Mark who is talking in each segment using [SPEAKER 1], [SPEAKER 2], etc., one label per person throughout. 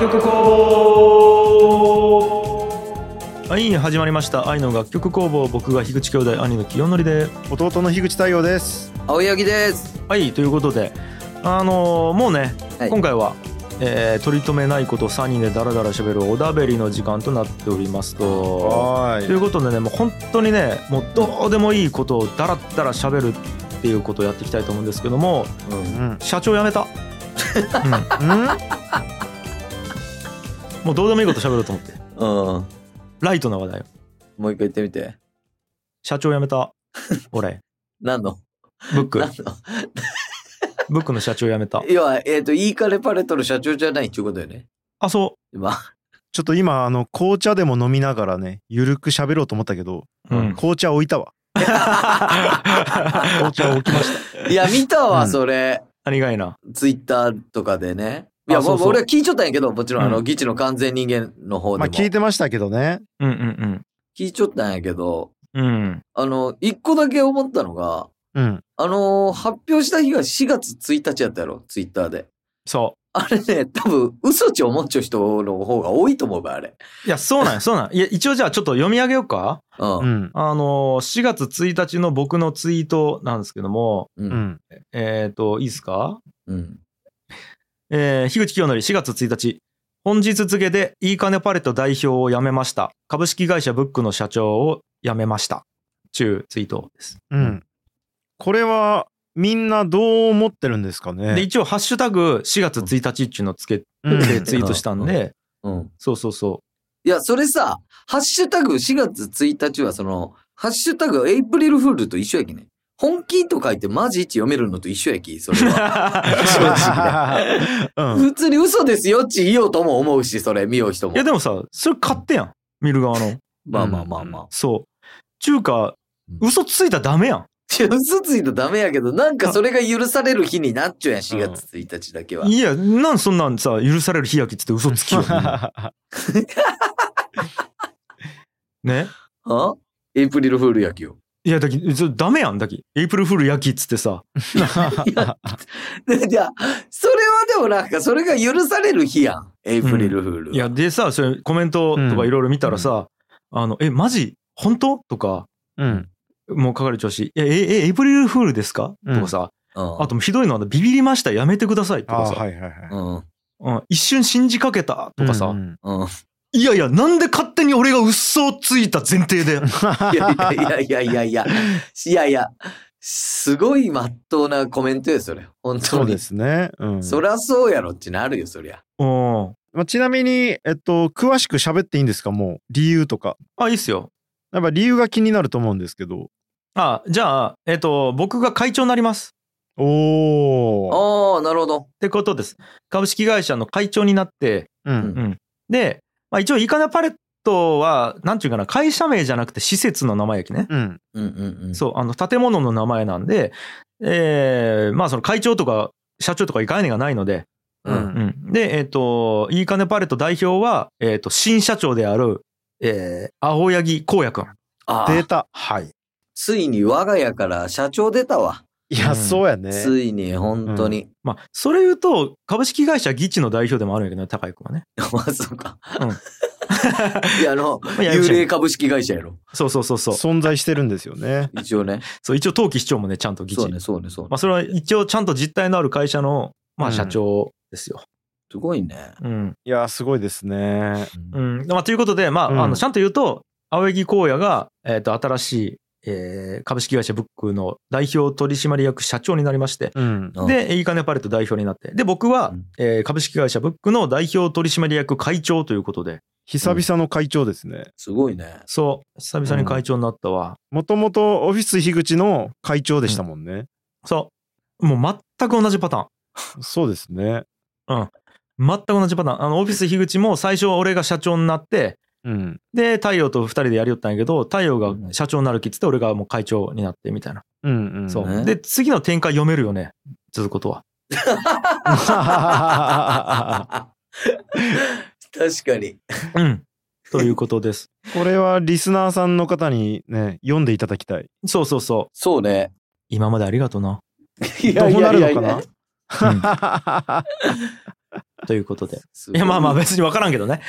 [SPEAKER 1] 曲工房はい始まりました愛の楽曲工房僕が樋口兄弟兄の清則で
[SPEAKER 2] 弟の樋口太陽です。
[SPEAKER 3] 青柳です。
[SPEAKER 1] はいということであのーもうね、
[SPEAKER 3] はい
[SPEAKER 1] 今回は、えー取り留めないことを3人でダラダラしゃべるおだべりの時間となっておりますと
[SPEAKER 2] は
[SPEAKER 1] ということでねもう本当にねもうどうでもいいことをダラダラしゃべるっていうことをやっていきたいと思うんですけども
[SPEAKER 2] い。うん。
[SPEAKER 1] 社長辞めた、うん、もうどうでもいいことしゃべろうと思って
[SPEAKER 3] うん。も
[SPEAKER 1] ライトな話題を
[SPEAKER 3] う一回言ってみて。
[SPEAKER 1] 社長辞めた俺
[SPEAKER 3] 何の
[SPEAKER 1] ブ ック
[SPEAKER 3] 何の
[SPEAKER 1] ブックの社長辞めた
[SPEAKER 3] 要は、えっ、と、イーカレパレットの社長じゃないっていうことよね。
[SPEAKER 1] あそ
[SPEAKER 3] 今。
[SPEAKER 2] ちょっと今あの紅茶でも飲みながらね、ゆるく喋ろうと思ったけど、
[SPEAKER 1] う、うん、
[SPEAKER 2] 紅茶置いたわ。紅茶置きました。
[SPEAKER 3] いや、見た
[SPEAKER 2] う
[SPEAKER 3] わ、
[SPEAKER 2] ん
[SPEAKER 3] それ。
[SPEAKER 1] 何がいな
[SPEAKER 3] ツイッターとかでね。いや、
[SPEAKER 1] あそうそう
[SPEAKER 3] もう俺は聞いちょったんやけど、もちろん、あ
[SPEAKER 1] う
[SPEAKER 3] の、
[SPEAKER 1] ん
[SPEAKER 3] 議事の完全人間の方でも。
[SPEAKER 2] まあ聞いてましたけどね。
[SPEAKER 1] うんうん
[SPEAKER 3] 聞いちょったんやけど、
[SPEAKER 1] うんうん
[SPEAKER 3] あの、一個だけ思ったのが、
[SPEAKER 2] うん。
[SPEAKER 3] あのー発表した日が4月1日やったやろ、ツイッターで。
[SPEAKER 1] そ
[SPEAKER 3] あれね、多分、嘘ち思っちょ人の方が多いと思うば、あれ。
[SPEAKER 1] ういやそうなん やそうなんいや一応じゃあちょっと読み上げようか
[SPEAKER 3] うん。
[SPEAKER 2] うん。
[SPEAKER 1] あのー4月1日の僕のツイートなんですけども
[SPEAKER 3] う。
[SPEAKER 2] うんん。
[SPEAKER 1] えっ、といいですか
[SPEAKER 3] うん。
[SPEAKER 1] えー、樋口清則4月1日。本日付でいい金パレット代表を辞めました。株式会社ブックの社長を辞めました。中ツイートです。
[SPEAKER 2] うん。これはみんなどう思ってるんですか
[SPEAKER 1] で、
[SPEAKER 2] ね。
[SPEAKER 1] 一応ハッシュタグ4月1日っていうのをつけて
[SPEAKER 2] うん
[SPEAKER 1] ツイートしたんで、
[SPEAKER 3] うん。
[SPEAKER 1] そうそうそ
[SPEAKER 3] いや、それさ、ハッシュタグ4月1日はその、ハッシュタグエイプリルフールと一緒やきね。本気と書いてマジって読めるのと一緒やき、そ れは。
[SPEAKER 1] う。
[SPEAKER 2] うん。
[SPEAKER 3] 普通に嘘ですよっち言おうとも思うし、それ見よ う人も
[SPEAKER 1] いや、。でもさ、それ買ってやん。見る側の。
[SPEAKER 3] まあまあまあまあ。
[SPEAKER 1] そう。中華、
[SPEAKER 3] うん
[SPEAKER 1] 嘘ついたらダメやん。
[SPEAKER 3] いや嘘ついたらダメやけど、なんかそれが許される日になっちゃうやん、4月1日だけは。
[SPEAKER 1] いや、なんそんなんさ、許される日焼けっつって嘘つ きよ。ね。
[SPEAKER 3] あエイプリルフールや きよ。
[SPEAKER 1] いや、だき、それダメやん、だき。エイプルフール焼きっつってさ。
[SPEAKER 3] でじゃあ、それはでもなんか、それが許される日やん。エイプリルフール。
[SPEAKER 1] いや、でさ、それコメントとかいろいろ見たらさ、あの、え、マジ本当とか、
[SPEAKER 2] うん。
[SPEAKER 1] もう書かれちゃうし、え、え、え、エイプリルフールですか
[SPEAKER 2] うん
[SPEAKER 1] とかさ、
[SPEAKER 3] うん、
[SPEAKER 1] あとひどいのは、ビビりました、やめてくださいと
[SPEAKER 2] あ
[SPEAKER 1] か
[SPEAKER 2] ー
[SPEAKER 1] さ、
[SPEAKER 2] はいはいはい。
[SPEAKER 3] うん。
[SPEAKER 1] うん、一瞬信じかけたとかさ、
[SPEAKER 2] うんうん
[SPEAKER 3] うん。
[SPEAKER 1] いやいや、なんで勝手に俺が嘘をついた前提 で。
[SPEAKER 3] いやいやいやいやいやいやいや、すごい真っ当なコメントよ、それ。本
[SPEAKER 2] そ
[SPEAKER 3] 当
[SPEAKER 2] うで
[SPEAKER 3] に。
[SPEAKER 2] すね。うん。
[SPEAKER 3] そりゃそうやろってなるよ、そりゃ。
[SPEAKER 1] うん。
[SPEAKER 2] まあ、ちなみに、えっと、詳しく喋っていいんですかもう、理由とか。
[SPEAKER 1] あ、いいっすよ。
[SPEAKER 2] やっぱ理由が気になると思うんですけど。
[SPEAKER 1] あ、じゃあ、えっ、と、僕が会長になります。
[SPEAKER 2] おー。
[SPEAKER 3] ああ、なるほど。
[SPEAKER 1] ってことです。株式会社の会長になって、
[SPEAKER 2] うん。
[SPEAKER 1] うん。で、まあ、一応、イカナパレットは、なんていうかな、会社名じゃなくて施設の名前やきね。
[SPEAKER 2] うん。
[SPEAKER 3] うんうんうん。
[SPEAKER 1] そう、あの、建物の名前なんで、えーまあ、その会長とか、社長とかいう概念がないので、
[SPEAKER 3] う。
[SPEAKER 2] うんん
[SPEAKER 1] うんで、えっ、と、いいかねパレット代表は、えっ、と、新社長である、えー青柳光也くん。
[SPEAKER 3] あ
[SPEAKER 2] 出
[SPEAKER 3] あ、
[SPEAKER 2] た。
[SPEAKER 1] はい。
[SPEAKER 3] ついに我が家から社長出たわ。
[SPEAKER 2] いや、
[SPEAKER 1] うん
[SPEAKER 2] そうやね。
[SPEAKER 3] ついに、本当に。
[SPEAKER 1] まあ、それ言うと、株式会社ギチの代表でもあるんやけどね、高井くんはね。
[SPEAKER 3] まあ、そうか
[SPEAKER 1] うん。
[SPEAKER 3] いや、あの、
[SPEAKER 1] あややこし
[SPEAKER 3] 幽
[SPEAKER 1] い
[SPEAKER 3] 霊株式会社やろ。
[SPEAKER 1] そうそうそうそう。
[SPEAKER 2] 存在してるんですよね。
[SPEAKER 3] 一応ね。
[SPEAKER 1] そう一応、冬季市長もね、ちゃんとギチ。
[SPEAKER 3] そうね、そうね、そう
[SPEAKER 1] ま
[SPEAKER 3] ね
[SPEAKER 1] あ、。それは一応、ちゃんと実態のある会社の、まあ、
[SPEAKER 2] うん
[SPEAKER 1] 社長ですよ。
[SPEAKER 3] すごいね。
[SPEAKER 1] うん。
[SPEAKER 2] いや、すごいですね。
[SPEAKER 3] うん
[SPEAKER 1] うんまあ、ということで、まあ
[SPEAKER 2] うん
[SPEAKER 1] あのちゃんと言うと青柳光也が、えー、と新しい、えー株式会社ブックの代表取締役社長になりまして
[SPEAKER 2] うん。
[SPEAKER 3] うん
[SPEAKER 1] でいいかねパレット代表になってで僕は、
[SPEAKER 3] うん
[SPEAKER 1] えー株式会社ブックの代表取締役会長ということで
[SPEAKER 2] 久々の会長ですね。
[SPEAKER 3] すごいね。
[SPEAKER 1] そう久々に会長になったわ、
[SPEAKER 2] もともとオフィス樋口の会長でしたもんね。
[SPEAKER 1] そうもう全く同じパターン
[SPEAKER 2] そうですね。
[SPEAKER 1] 全く同じパターンあのオフィス樋口も最初俺が社長になって
[SPEAKER 2] うん。
[SPEAKER 1] で太陽と2人でやりよったんやけど太陽
[SPEAKER 3] う
[SPEAKER 1] が
[SPEAKER 3] ん
[SPEAKER 1] 社長になる気っつって俺がもう会長になってみたいな
[SPEAKER 2] うんうん。
[SPEAKER 1] そう、
[SPEAKER 3] ね
[SPEAKER 1] で次の展開読めるよね続くことは
[SPEAKER 3] 確かに。
[SPEAKER 1] うん。ということです。
[SPEAKER 2] これはリスナーさんの方にね、読んでいただきたい。
[SPEAKER 1] そうそうそう。
[SPEAKER 3] そ うね。
[SPEAKER 1] 今までありがとうな。
[SPEAKER 3] い
[SPEAKER 2] どうなるのかな
[SPEAKER 3] やいやいや
[SPEAKER 1] ということで。
[SPEAKER 3] すご
[SPEAKER 1] いや、まあまあ別に分からんけどね。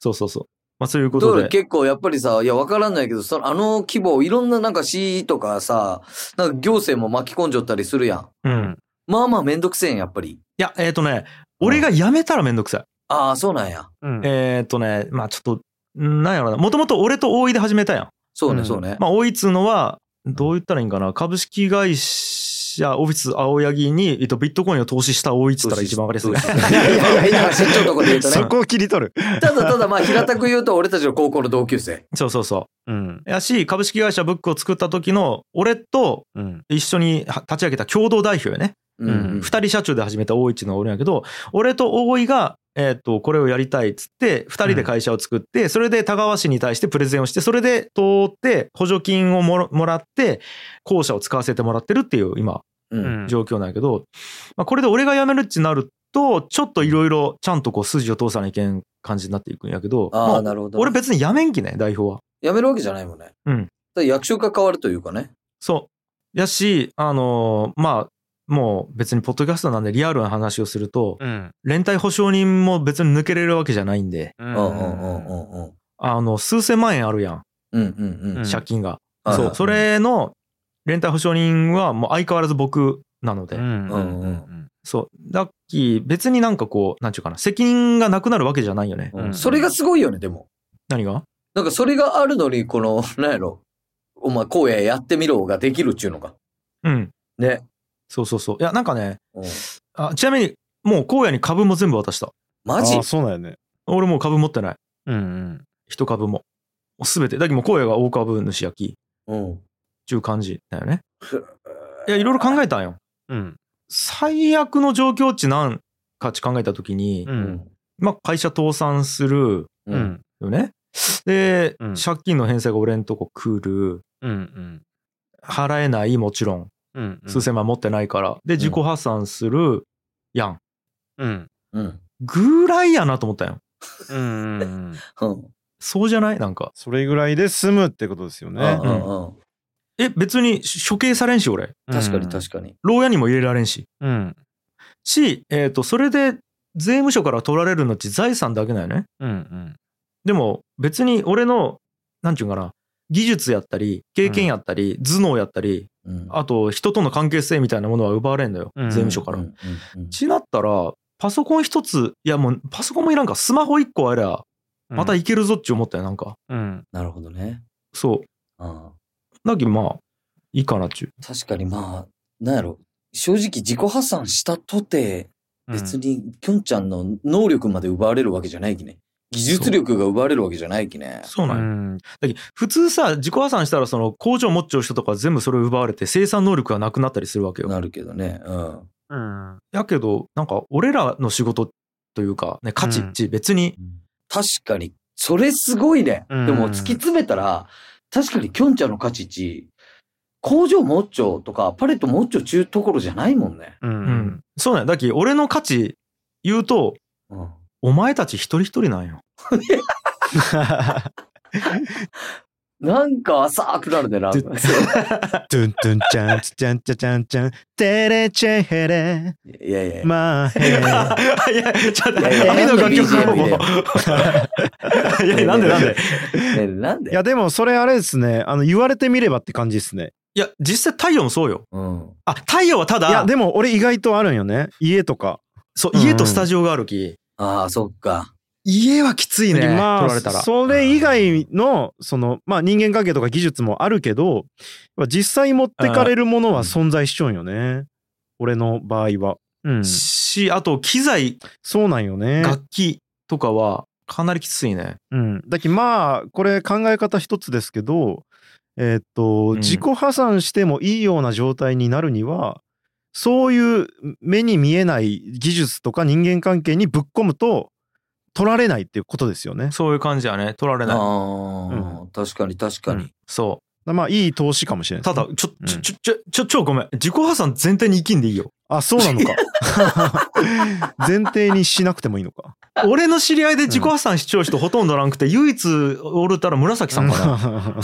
[SPEAKER 1] そうそうそう。まあそういうこ
[SPEAKER 3] だ
[SPEAKER 1] と
[SPEAKER 3] か
[SPEAKER 1] で
[SPEAKER 3] ら。結構やっぱりさ、いや、わからないけど、そのあの規模、いろんななんか市とかさ、なんか行政も巻き込んじゃったりするやん。
[SPEAKER 1] うん。
[SPEAKER 3] まあまあめんどくせえん、やっぱり。
[SPEAKER 1] いや、えっ、とね、俺が辞めたらめんどくさい。
[SPEAKER 3] ああ、そうなんや。
[SPEAKER 2] うん
[SPEAKER 1] えっ、とね、まあちょっと、んなんやろな。もともと俺と大井で始めたやん。
[SPEAKER 3] そう
[SPEAKER 2] う
[SPEAKER 3] ね、
[SPEAKER 2] ん
[SPEAKER 3] そうね。
[SPEAKER 1] まあ大井っつうのは、どう言ったらいいんかな。株式会社、オフィス青柳に、えっと、ビットコインを投資した大井っつったら一番わかりやすい
[SPEAKER 3] い。。 いやいやいや、社長とこで言うと
[SPEAKER 2] そ
[SPEAKER 3] ね。
[SPEAKER 2] こを切り取る。
[SPEAKER 3] ただただまあ平たく言うと俺たちの高校の同級生。
[SPEAKER 1] そうそうそ
[SPEAKER 2] うん。
[SPEAKER 1] う。やし、株式会社ブックを作った時の、俺と
[SPEAKER 2] うん。
[SPEAKER 1] 一緒に立ち上げた共同代表やね。
[SPEAKER 3] うんうん。
[SPEAKER 1] 二人社長で始めた大一の俺やけど俺と大井が、えー、とこれをやりたいっつって二人で会社を作って、それで田川市に対してプレゼンをしてそれで通って補助金をもらもらって校舎を使わせてもらってるっていう今
[SPEAKER 3] うん
[SPEAKER 2] うん
[SPEAKER 1] 状況なんやけど、まあ、これで俺が辞めるってなるとちょっといろいろちゃんとこう筋を通さないけん感じになっていくんやけど
[SPEAKER 3] ああ、
[SPEAKER 1] まあ、
[SPEAKER 3] なるほど。
[SPEAKER 1] 俺別に辞めんきね代表は。
[SPEAKER 3] 辞めるわけじゃないもんね。
[SPEAKER 1] うん。
[SPEAKER 3] 役職が変わるというかね。
[SPEAKER 1] そうやしあのーまあもう別にポッドキャストなんでリアルな話をすると、
[SPEAKER 2] うん。
[SPEAKER 1] 連帯保証人も別に抜けれるわけじゃないんで、
[SPEAKER 2] う
[SPEAKER 3] うんんうんうんうんうん。
[SPEAKER 1] あの、数千万円あるやん、
[SPEAKER 3] うんうんうん
[SPEAKER 2] ん。
[SPEAKER 1] 借金が。
[SPEAKER 3] はいはい
[SPEAKER 1] そう、それの連帯保証人はもう相変わらず僕なので、
[SPEAKER 2] うんうんうん
[SPEAKER 1] そう、だっき、別になんかこう、なんちゅうかな、責任がなくなるわけじゃないよね。
[SPEAKER 3] うん
[SPEAKER 2] うん
[SPEAKER 3] それがすごいよね、でも。
[SPEAKER 1] 何が
[SPEAKER 3] なんかそれがあるのに、この、 なんやろ。お前、荒野やってみろができるっちゅうのが。
[SPEAKER 1] うん、
[SPEAKER 3] ね。
[SPEAKER 1] そうそうそう。いや、なんかね、
[SPEAKER 3] うん
[SPEAKER 1] あちなみに、もう荒野に株も全部渡した。
[SPEAKER 3] マジ
[SPEAKER 2] あそうだよね。
[SPEAKER 1] 俺もう株持ってない。
[SPEAKER 2] うんうん。
[SPEAKER 1] 一株も。すべて。だけどもう荒野が大株主やき、
[SPEAKER 3] うん。
[SPEAKER 1] ちゅう感じだよね。いや、いろいろ考えたんよ。
[SPEAKER 2] うん。
[SPEAKER 1] 最悪の状況値なんかって考えた時に、
[SPEAKER 2] う。
[SPEAKER 3] うんん。
[SPEAKER 1] まあ会社倒産する
[SPEAKER 2] う
[SPEAKER 3] うんん。。
[SPEAKER 1] よね。で、
[SPEAKER 2] うん
[SPEAKER 1] 借金の返済が俺んとこ来る。
[SPEAKER 2] うんうん。
[SPEAKER 1] 払えないもちろん。
[SPEAKER 2] うん。
[SPEAKER 1] 数千万持ってないから。で、自己破産するやん。
[SPEAKER 2] うん。
[SPEAKER 3] うん。
[SPEAKER 1] ぐらいやなと思ったよ。
[SPEAKER 2] うんうんうん。
[SPEAKER 3] うん。
[SPEAKER 1] そうじゃないなんか。
[SPEAKER 2] それぐらいで済むってことですよ
[SPEAKER 3] うん
[SPEAKER 2] ね
[SPEAKER 3] う。んうん。
[SPEAKER 1] え、別に処刑されんし、俺。
[SPEAKER 3] 確かに確かに。
[SPEAKER 1] 牢屋にも入れられんし。
[SPEAKER 2] うん。
[SPEAKER 1] し、えっ、と、それで税務署から取られるのって財産だけだよね。
[SPEAKER 2] うんうん。
[SPEAKER 1] でも別に俺の、なんちゅうんかな、技術やったり、経験やったり、頭脳やったり、
[SPEAKER 3] うん
[SPEAKER 1] あと人との関係性みたいなものは奪われんのよ、
[SPEAKER 2] うん
[SPEAKER 1] 税務署から。
[SPEAKER 3] うんうんうん
[SPEAKER 1] ちなったら、パソコン一つ、いやもうパソコンもいらんか、スマホ一個ありゃ、またいけるぞっち思ったよ、なんか。
[SPEAKER 2] うん。
[SPEAKER 3] なるほどね。
[SPEAKER 1] そう。
[SPEAKER 3] うん
[SPEAKER 1] なきまあ、いいかなっちゅう。
[SPEAKER 3] 確かにまあ、なんやろ。正直自己破産したとて、別に、きょんちゃんの能力まで奪われるわけじゃないきね。技術力が奪われるわけじゃないきね。
[SPEAKER 1] そう
[SPEAKER 2] う
[SPEAKER 1] なんよ
[SPEAKER 2] ん。
[SPEAKER 1] だけど普通さ、自己破産したら、その工場持っちゃう人とか全部それを奪われて、生産能力がなくなったりするわけよ。
[SPEAKER 3] なるけどね。うん。
[SPEAKER 2] うん。
[SPEAKER 1] やけど、なんか俺らの仕事というか、ね、価値っち、別に、
[SPEAKER 3] 確かに、それすごいね。
[SPEAKER 2] うん
[SPEAKER 3] でも突き詰めたら、確かにきょんちゃんの価値値、工場もっちょとか、パレットもっちょちゅうところじゃないもんね。
[SPEAKER 2] う
[SPEAKER 1] うん
[SPEAKER 2] ん。
[SPEAKER 1] そうなんよだけど俺の価値言うと、
[SPEAKER 3] うん。
[SPEAKER 1] お前たち一人一人なんよ。
[SPEAKER 3] なんか浅くなるね、な。
[SPEAKER 1] で
[SPEAKER 3] そう
[SPEAKER 2] トゥントゥンちゃん、ちゃんちゃちゃんちゃん、テレチェヘレ、
[SPEAKER 3] いやいや。
[SPEAKER 2] マー
[SPEAKER 1] い
[SPEAKER 2] ヘレ。
[SPEAKER 1] や、ちょっと、
[SPEAKER 3] いやいや
[SPEAKER 1] 愛の楽曲をもう。
[SPEAKER 3] なん
[SPEAKER 1] いや、なんで なんで
[SPEAKER 3] ねなんで
[SPEAKER 2] いや、でもそれあれですね、あの、言われてみればって感じですね。
[SPEAKER 1] いや、実際太陽もそうよ。
[SPEAKER 3] うん。
[SPEAKER 1] あ、太陽はた
[SPEAKER 2] いや、
[SPEAKER 1] だ、
[SPEAKER 2] でも俺意外とあるんよね。家とか。
[SPEAKER 1] そう、
[SPEAKER 2] うん
[SPEAKER 1] 家とスタジオがあるき、
[SPEAKER 3] ああ、そっか。
[SPEAKER 1] 家はきついね、取
[SPEAKER 2] まあ、
[SPEAKER 1] られたら。
[SPEAKER 2] それ以外の、その、まあ人間関係とか技術もあるけど、やっぱ実際持ってかれるものは存在しちゃうんよね。俺の場合は。うん。
[SPEAKER 1] し、あと、機材、
[SPEAKER 2] そうなんよね。
[SPEAKER 1] 楽器とかは、かなりきついね。
[SPEAKER 2] うん、だけどまあこれ考え方一つですけど、えーっと
[SPEAKER 1] うん
[SPEAKER 2] 自己破産してもいいような状態になるにはそういう目に見えない技術とか人間関係にぶっ込むと取られないっていうことですよね。
[SPEAKER 1] そういう感じやね。取られない。
[SPEAKER 3] ああ、確かに確かに。
[SPEAKER 1] そ
[SPEAKER 2] まあいい投資かもしれ
[SPEAKER 1] う。
[SPEAKER 2] ない。
[SPEAKER 1] ただ、ちょ、
[SPEAKER 2] うん
[SPEAKER 1] ちょ、ちょ、ちょ、ちょ、ちょ、ごめん。自己破産全体に生きんでいいよ。
[SPEAKER 2] あそうなのか。前提にしなくてもいいのか。
[SPEAKER 1] 俺の知り合いで自己破産しちゃう人ほとんどなくて、唯一おるたら 紫さんかな。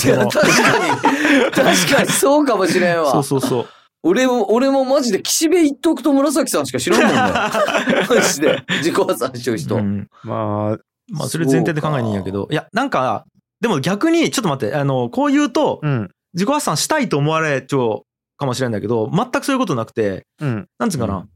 [SPEAKER 3] いや確かに。確かにそうかもしれん わ。
[SPEAKER 1] そうそうそう。
[SPEAKER 3] 俺も、俺もマジで岸辺一徳と紫さんしか知らんもん ね。マジで。自己破産してる人。
[SPEAKER 1] うん
[SPEAKER 2] まあ、
[SPEAKER 1] まあそれ前提で考えにいいんやけどいやなんかでも逆にちょっと待ってあのこう言うと
[SPEAKER 2] うん。
[SPEAKER 1] 自己破産したいと思われちゃうかもしれないんだけど全くそういうことなくて
[SPEAKER 2] うん。
[SPEAKER 1] なんつうかな、
[SPEAKER 3] うん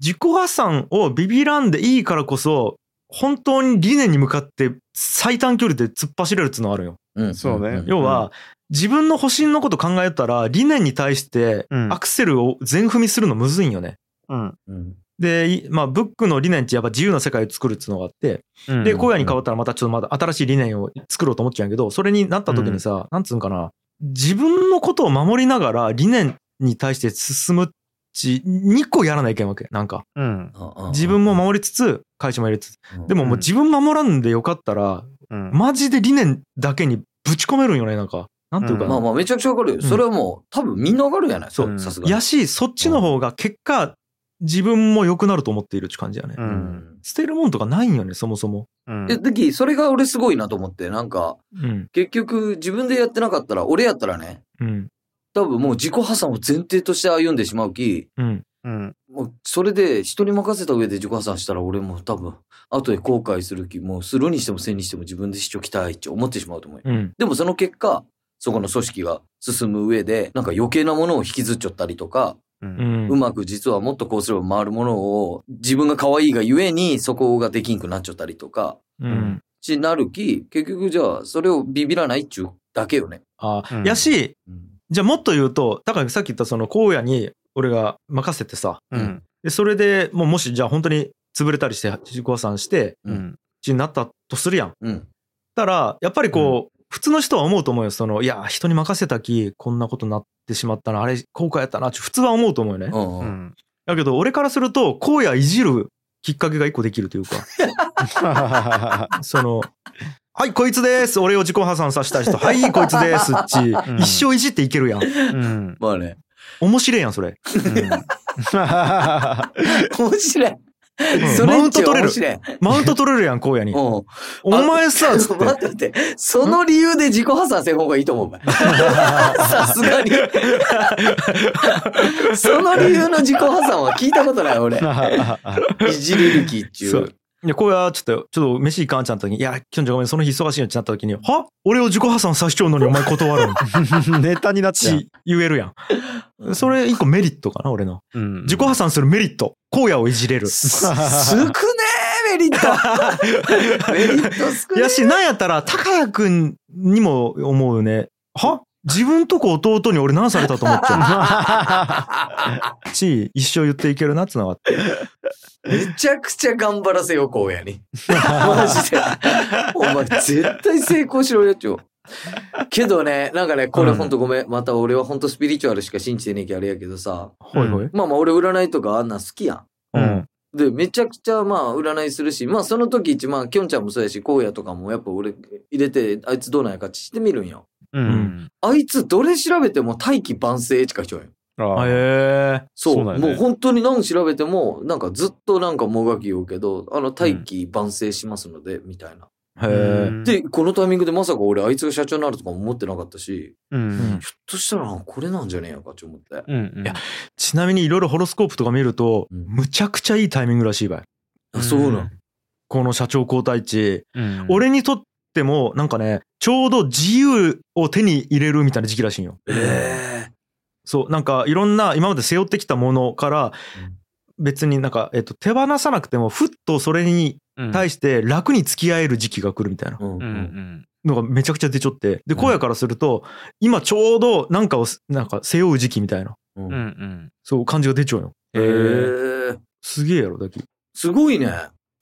[SPEAKER 1] 自己破産をビビらんでいいからこそ本当に理念に向かって最短距離で突っ走れるっつうのはあるよ。
[SPEAKER 3] うん
[SPEAKER 2] そうね
[SPEAKER 3] んん
[SPEAKER 1] 要は、自分の保身のこと考えたら理念に対して
[SPEAKER 2] うん
[SPEAKER 1] アクセルを全踏みするのむずいんよね。
[SPEAKER 2] うん。
[SPEAKER 3] うん
[SPEAKER 1] で、いまあ、ブックの理念ってやっぱ自由な世界を作るっつうのがあって、
[SPEAKER 2] うん
[SPEAKER 1] で、荒野に変わったらまたちょっとまだ新しい理念を作ろうと思っちゃうんやけど、それになった時にさ、なんつうんかな、自分のことを守りながら理念に対して進むっち、2個やらないといけんわけ。なんか、
[SPEAKER 2] うん。
[SPEAKER 3] ああ
[SPEAKER 1] 自分も守りつつ、会社もやりつつ。でももう自分守らんでよかったら、
[SPEAKER 2] うん。
[SPEAKER 1] マジで理念だけにぶち込めるんよね、なんか。なんていうか
[SPEAKER 2] うん
[SPEAKER 1] な
[SPEAKER 3] まあ。まあめちゃくちゃわかるよ。それはもう、多分みんなわかるやない
[SPEAKER 1] そう
[SPEAKER 3] さすがに。
[SPEAKER 1] やし、そっちの方が結果、自分も良くなると思っているって感じだね。
[SPEAKER 2] う。
[SPEAKER 3] うんん。
[SPEAKER 1] 捨てるもんとかないんよね、そもそも。
[SPEAKER 2] うん
[SPEAKER 3] え、だきそれが俺すごいなと思って、なんか、
[SPEAKER 1] うん。
[SPEAKER 3] 結局自分でやってなかったら、俺やったらね、
[SPEAKER 1] うん。
[SPEAKER 3] 多分もう自己破産を前提として歩んでしまうき、
[SPEAKER 1] うん。
[SPEAKER 2] うん。
[SPEAKER 3] もうそれで人に任せた上で自己破産したら俺も多分後で後悔する気もうするにしてもせんにしても自分でしときたいって思ってしまうと思うよ、
[SPEAKER 1] うん。
[SPEAKER 3] でもその結果そこの組織が進む上でなんか余計なものを引きずっちゃったりとか、
[SPEAKER 2] う。
[SPEAKER 1] うんん。
[SPEAKER 3] うまく実はもっとこうすれば回るものを自分が可愛いがゆえにそこができんくなっちゃったりとか
[SPEAKER 1] うん。
[SPEAKER 3] しなるき結局じゃあそれをビビらないっちゅうだけよね。
[SPEAKER 1] あ
[SPEAKER 2] うん
[SPEAKER 1] やし、
[SPEAKER 3] うん
[SPEAKER 1] じゃあもっと言うと、だからさっき言ったその荒野に俺が任せてさ、
[SPEAKER 2] うん。
[SPEAKER 1] でそれでもうもしじゃあ本当に潰れたりして自己破産して、
[SPEAKER 2] うん。
[SPEAKER 1] ちになったとするやん。
[SPEAKER 3] うん
[SPEAKER 1] たら、やっぱりこう、普通の人は思うと思うよ。その、いや、人に任せたき、こんなことになってしまったな、あれ、後悔やったな、ちょ普通は思うと思うよね。
[SPEAKER 3] うん
[SPEAKER 2] う
[SPEAKER 3] うん
[SPEAKER 2] ん。
[SPEAKER 1] だけど、俺からすると、荒野いじるきっかけが一個できるというか、 その、はい、こいつです俺を自己破産させた人、はい、こいつですっち、
[SPEAKER 2] ん
[SPEAKER 1] 一生いじっていけるやん。
[SPEAKER 2] うん。
[SPEAKER 3] まあね
[SPEAKER 1] 面白いやん、それ。
[SPEAKER 3] 面白い。
[SPEAKER 1] ん
[SPEAKER 3] それ
[SPEAKER 1] マウ
[SPEAKER 3] っ
[SPEAKER 1] ント
[SPEAKER 3] ち
[SPEAKER 1] 取れ
[SPEAKER 3] 面
[SPEAKER 1] る
[SPEAKER 3] 白い。うん
[SPEAKER 1] マウント取れるやん、荒野 に。お前さ、つって。
[SPEAKER 3] 待って待って。その理由で自己破産せん方がいいと思 うお前。さすがに。その理由の自己破産は聞いたことない、俺。いじれる気っちゅ
[SPEAKER 1] そうう。いや、こうや、ちょっと、ちょっと、飯行かんちゃんときに、いや、きょんちゃんごめん、その日忙しいよってなった時に、は俺を自己破産させちゃうのにお前断 るん
[SPEAKER 2] ネタになっちゃう。
[SPEAKER 1] ち言えるやん。それ一個メリットかな、俺の。
[SPEAKER 2] うん
[SPEAKER 1] 自己破産するメリット。荒野をいじれる。
[SPEAKER 3] す少ねえ、メリ ット。メリット少
[SPEAKER 1] い
[SPEAKER 3] ね
[SPEAKER 1] やし、なんやったら、高谷くんにも思うよね。は自分とこ弟に俺何されたと思って るし、一生言っていけるなっつながって。
[SPEAKER 3] え。めちゃくちゃ頑張らせよ、荒野 に。マジで。お前、絶対成功しろよっちゅう。けどね、なんかね、これほんとごめん。また俺はほんとスピリチュアルしか信じてねえけどあれやけどさ。
[SPEAKER 1] ほいほい。
[SPEAKER 3] まあまあ俺占いとかあんなん好きやん。
[SPEAKER 2] うん
[SPEAKER 3] で、めちゃくちゃまあ占いするし、まあその時一、まあきょんちゃんもそうやし、こうやとかもやっぱ俺入れて、あいつどうなんやかって知ってみるんよ。
[SPEAKER 2] うん
[SPEAKER 3] あいつどれ調べても大器晩成しか人やん。
[SPEAKER 1] へ
[SPEAKER 2] あ
[SPEAKER 1] え。
[SPEAKER 3] そう。
[SPEAKER 2] そうだよね
[SPEAKER 3] もう本当に何調べても、なんかずっとなんかもがき言うけど、あの大器晩成しますので、みたいな。
[SPEAKER 1] へえ。
[SPEAKER 3] で、このタイミングでまさか俺あいつが社長になるとかも思ってなかったし、
[SPEAKER 2] うん
[SPEAKER 3] ひょっとしたらこれなんじゃねえやかって思って。
[SPEAKER 2] うん
[SPEAKER 1] ちなみにいろいろホロスコープとか見ると、
[SPEAKER 3] うん
[SPEAKER 1] むちゃくちゃいいタイミングらしいばい。
[SPEAKER 3] あそうなん。
[SPEAKER 1] この社長交代地。
[SPEAKER 2] うん
[SPEAKER 1] 俺にとっても、なんかね、ちょうど自由を手に入れるみたいな時期らしいんよ。
[SPEAKER 3] え
[SPEAKER 1] そう、なんかいろんな今まで背負ってきたものから
[SPEAKER 3] うん、
[SPEAKER 1] 別になんか、えっと、手放さなくても、ふっとそれに対して楽に付き合える時期が来るみたいな
[SPEAKER 3] えうん
[SPEAKER 2] う
[SPEAKER 3] うんん。
[SPEAKER 1] のがめちゃくちゃ出ちょって。で、
[SPEAKER 3] うん
[SPEAKER 1] 荒野からすると、今ちょうどなんかをす、なんか背負う時期みたいな、
[SPEAKER 3] う
[SPEAKER 2] うんんうん
[SPEAKER 1] そう感じが出ちゃうよ。
[SPEAKER 3] へえ。
[SPEAKER 1] すげえやろ、だき。
[SPEAKER 3] すごいね。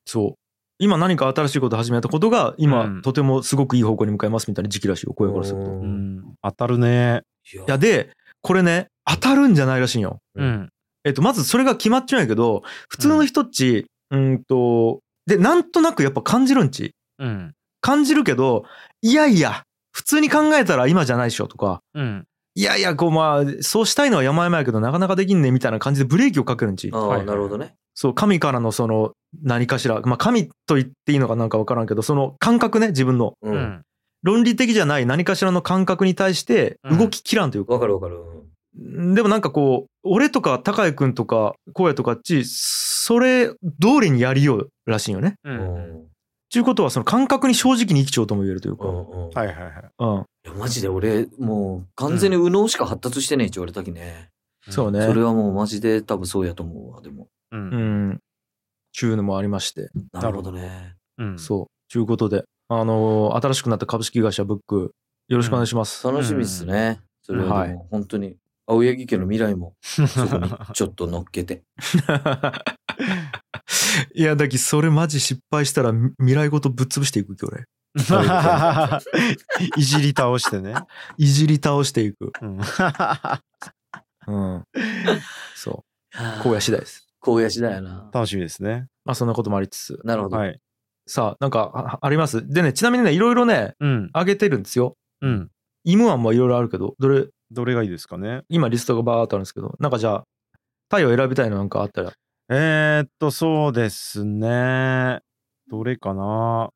[SPEAKER 1] そう。今何か新しいこと始めたことが、今、
[SPEAKER 2] うん
[SPEAKER 1] とてもすごくいい方向に向かいますみたいな時期らしいよ、荒野からすると。
[SPEAKER 3] う
[SPEAKER 2] うんん当たるね
[SPEAKER 3] い
[SPEAKER 1] いや、で、これね、当たるんじゃないらしいんよ。
[SPEAKER 2] うん
[SPEAKER 1] えっと、まずそれが決まっちゃうんやけど、普通の人っち、うん、と、で、なんとなくやっぱ感じるんち。
[SPEAKER 2] うん
[SPEAKER 1] 感じるけど、いやいや、普通に考えたら今じゃないでしょとか、
[SPEAKER 2] うん
[SPEAKER 1] いやいや、こうまあ、そうしたいのは山々やけど、なかなかできんね、みたいな感じでブレーキをかけるんち。
[SPEAKER 3] あ
[SPEAKER 2] はい
[SPEAKER 3] あ、
[SPEAKER 2] はい
[SPEAKER 3] なるほどね。
[SPEAKER 1] そう、神からのその、何かしら、まあ神と言っていいのかなんかわからんけど、その感覚ね、自分の。
[SPEAKER 3] う。
[SPEAKER 2] うんん
[SPEAKER 1] 論理的じゃない何かしらの感覚に対して
[SPEAKER 2] うん
[SPEAKER 1] 動ききらんというか、
[SPEAKER 3] わかるわかる。うん
[SPEAKER 1] でもなんかこう、俺とか高井くんとか荒野とかっち、それ通りにやりようらしいよね。
[SPEAKER 2] う
[SPEAKER 3] うんん。
[SPEAKER 1] ちゅうことはその感覚に正直に生きちゃうとも言えるという
[SPEAKER 3] う
[SPEAKER 1] か。
[SPEAKER 3] んうん。
[SPEAKER 2] はいはいはい
[SPEAKER 1] うん。
[SPEAKER 3] いや、マジで俺、もう、完全に右脳しか発達してねえって言われたきね。
[SPEAKER 1] そうね。
[SPEAKER 3] それはもうマジで多分そうやと思うわ、でも。
[SPEAKER 2] う
[SPEAKER 1] うんん。ちゅうのもありまして。
[SPEAKER 3] なるほどね。
[SPEAKER 2] うん
[SPEAKER 1] そう。ちゅうことで、あのー新しくなった株式会社ブック、よろしくお願いします。
[SPEAKER 3] 楽しみっすね。それはでも、本当に、青柳家の未来も、そこにちょっと乗っけて。
[SPEAKER 1] いや、だき、それマジ失敗したらみ未来ごとぶっ潰していく今日俺。
[SPEAKER 2] いじり倒して ね。
[SPEAKER 1] いじり倒していく。
[SPEAKER 2] うん
[SPEAKER 1] うん。そ
[SPEAKER 3] 荒
[SPEAKER 1] う。荒野次第です。
[SPEAKER 3] 荒野次第やな。
[SPEAKER 2] 楽しみですね。
[SPEAKER 1] まあそんなこともありつつ。
[SPEAKER 3] なるほ ど。
[SPEAKER 2] はい。
[SPEAKER 1] さあ、なんかあありますでね、ちなみにね、いろいろね、
[SPEAKER 2] うん。
[SPEAKER 1] あげてるんですよ。
[SPEAKER 2] うん。
[SPEAKER 1] イム案もいろいろあるけど、どれ、
[SPEAKER 2] どれがいいですかね。
[SPEAKER 1] 今リストがバーっとあるんですけど、なんかじゃあ、タイを選びたいのなんかあったら。
[SPEAKER 2] えー、っと、そうですね。どれかな。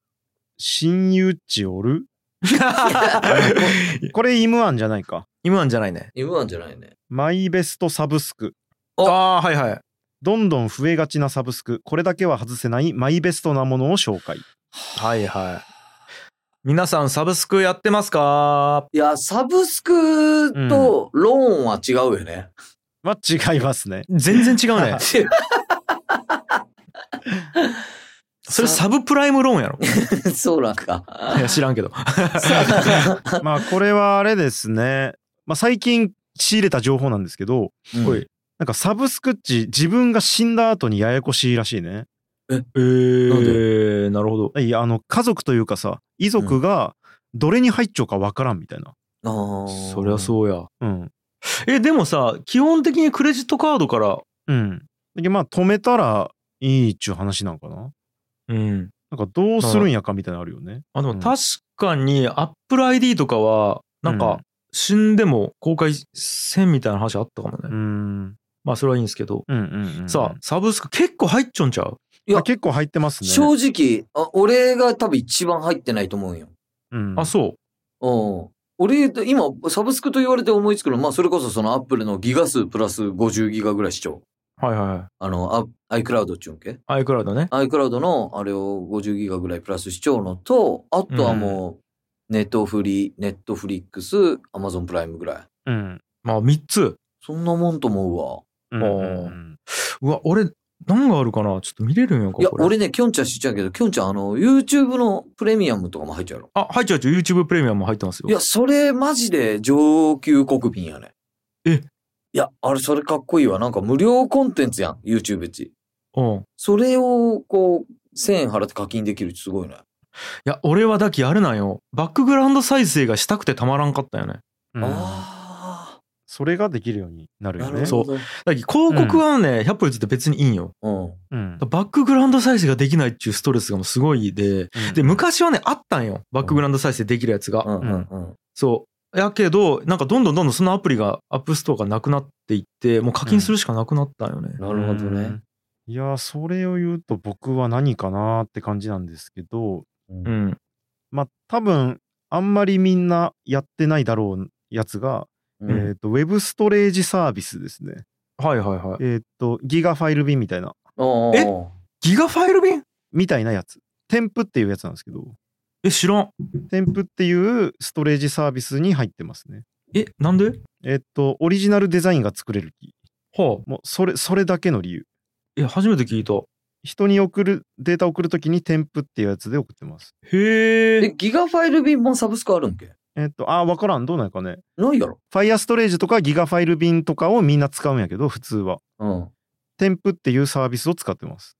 [SPEAKER 2] 親友っちおる これイムアンじゃないか。
[SPEAKER 1] イム案じゃないね。
[SPEAKER 3] M1 じゃないね。
[SPEAKER 2] マイベストサブスク。
[SPEAKER 1] あ
[SPEAKER 3] お
[SPEAKER 1] あー、はいはい。
[SPEAKER 2] どんどん増えがちなサブスク。これだけは外せないマイベストなものを紹介。
[SPEAKER 1] はいはい。皆さん、サブスクやってますか
[SPEAKER 3] いや、サブスクとローンは違うよね。
[SPEAKER 2] は違いますね。
[SPEAKER 1] 全然違う ね。それサブプライムローンや ろ。
[SPEAKER 3] そうなんか。
[SPEAKER 1] いや、知らんけ ど。
[SPEAKER 2] まあこれはあれですね。まあ最近仕入れた情報なんですけど、
[SPEAKER 3] うん
[SPEAKER 1] おい
[SPEAKER 2] なんかサブスクっち自分が死んだ後にややこしいらしいね。
[SPEAKER 1] えー、なるほど。
[SPEAKER 2] いやあの家族というかさ遺族がどれに入っちゃうかわからんみたいな。
[SPEAKER 3] あー
[SPEAKER 1] そりゃそうや。
[SPEAKER 2] うん。
[SPEAKER 1] え、でもさ、基本的にクレジットカードから、
[SPEAKER 2] うん。でまあ止めたらいいっちゅう話なんかな。
[SPEAKER 1] うん。
[SPEAKER 2] なんかどうするんやかみたいなのあるよね。
[SPEAKER 1] あでも
[SPEAKER 2] うん
[SPEAKER 1] 確かに Apple ID とかはなん
[SPEAKER 2] うん
[SPEAKER 1] か死んでも公開せんみたいな話あったかもね、
[SPEAKER 2] うーん。
[SPEAKER 1] まあそれはいいんですけど、
[SPEAKER 2] うんうん、うん。
[SPEAKER 1] さあサブスク結構入っちょんちゃう
[SPEAKER 3] いや
[SPEAKER 2] あ結構入ってますね。
[SPEAKER 3] 正直あ、俺が多分一番入ってないと思うんよ。
[SPEAKER 2] うん、
[SPEAKER 1] あそう
[SPEAKER 3] うん。俺、今、サブスクと言われて思いつくの、まあ、それこそそのアップルのギガ数プラス50ギガぐらい視聴。
[SPEAKER 1] はいは
[SPEAKER 3] あの、あ iCloud っちゅうんけ
[SPEAKER 1] い iCloud ね
[SPEAKER 3] ?iCloud のあれを50ギガぐらいプラス視聴のと、あとはもう、ネットフリー、ネットフリックス、アマゾンプライムぐらい。
[SPEAKER 2] うん。
[SPEAKER 1] まあ3つ
[SPEAKER 3] そんなもんと思うわ。
[SPEAKER 2] うんうんうん
[SPEAKER 1] うわ俺何があるかなちょっと見れるんやんか
[SPEAKER 3] いや、
[SPEAKER 1] これ
[SPEAKER 3] 俺ね、きょんちゃん知っちゃうけど、きょんちゃん、あの、YouTube のプレミアムとかも入っちゃうやろ。
[SPEAKER 1] あ入っちゃう入っちゃう YouTube プレミアムも入ってますよ
[SPEAKER 3] いや、それマジで上級国民やね。
[SPEAKER 1] え
[SPEAKER 3] いや、あれ、それかっこいいわ。なんか無料コンテンツやん、YouTube っち。
[SPEAKER 1] うんい
[SPEAKER 3] それを、こう、1000円払って課金できるってすごいね。
[SPEAKER 1] や俺はだきあれなんよバックグラウンド再生がしたくてたまらんかったよね
[SPEAKER 2] うん
[SPEAKER 3] あ
[SPEAKER 2] それができるようになる
[SPEAKER 3] あ、な
[SPEAKER 2] よ
[SPEAKER 3] る
[SPEAKER 2] ね。
[SPEAKER 3] ほど。
[SPEAKER 1] だき広告はね、100歩譲って別にいいんよ
[SPEAKER 3] うん。
[SPEAKER 2] うん。
[SPEAKER 1] バックグラウンド再生ができないっていうストレスがもうすごいで
[SPEAKER 2] うん
[SPEAKER 1] で、昔はね、あったんよ。バックグラウンド再生できるやつが。
[SPEAKER 3] うんうんうん。
[SPEAKER 1] そう。やけど、なんかどんどんどんどんそのアプリが、アップストアがなくなっていって、もう課金するしかなくなったんよね。
[SPEAKER 3] なるほどね。
[SPEAKER 2] うん。いや、それを言うと僕は何かなって感じなんですけど、
[SPEAKER 3] うん
[SPEAKER 1] うん。
[SPEAKER 2] まあ多分、あんまりみんなやってないだろうやつが、
[SPEAKER 3] うん
[SPEAKER 2] えっと、ウェブストレージサービスですね。
[SPEAKER 1] はいはいはい。
[SPEAKER 2] えっと、ギガファイル便みたいな、
[SPEAKER 3] ああ
[SPEAKER 1] えギガファイル便
[SPEAKER 2] みたいなやつ。添付っていうやつなんですけど、
[SPEAKER 1] え、知らん。
[SPEAKER 2] 添付っていうストレージサービスに入ってますね。
[SPEAKER 1] え、なんで
[SPEAKER 2] えっと、オリジナルデザインが作れる気。
[SPEAKER 1] はあ。
[SPEAKER 2] もう、それ、それだけの理由。
[SPEAKER 1] え、初めて聞いた。
[SPEAKER 2] 人に送る、データ送るときに添付っていうやつで送ってます。
[SPEAKER 1] へえ。
[SPEAKER 3] え、ギガファイル便もサブスクあるんけ
[SPEAKER 2] えっと、あー、わからん。どうなんかね。
[SPEAKER 3] ないやろ。
[SPEAKER 2] ファイアストレージとかギガファイル便とかをみんな使うんやけど、普通は。
[SPEAKER 3] うん。
[SPEAKER 2] 添付っていうサービスを使ってます。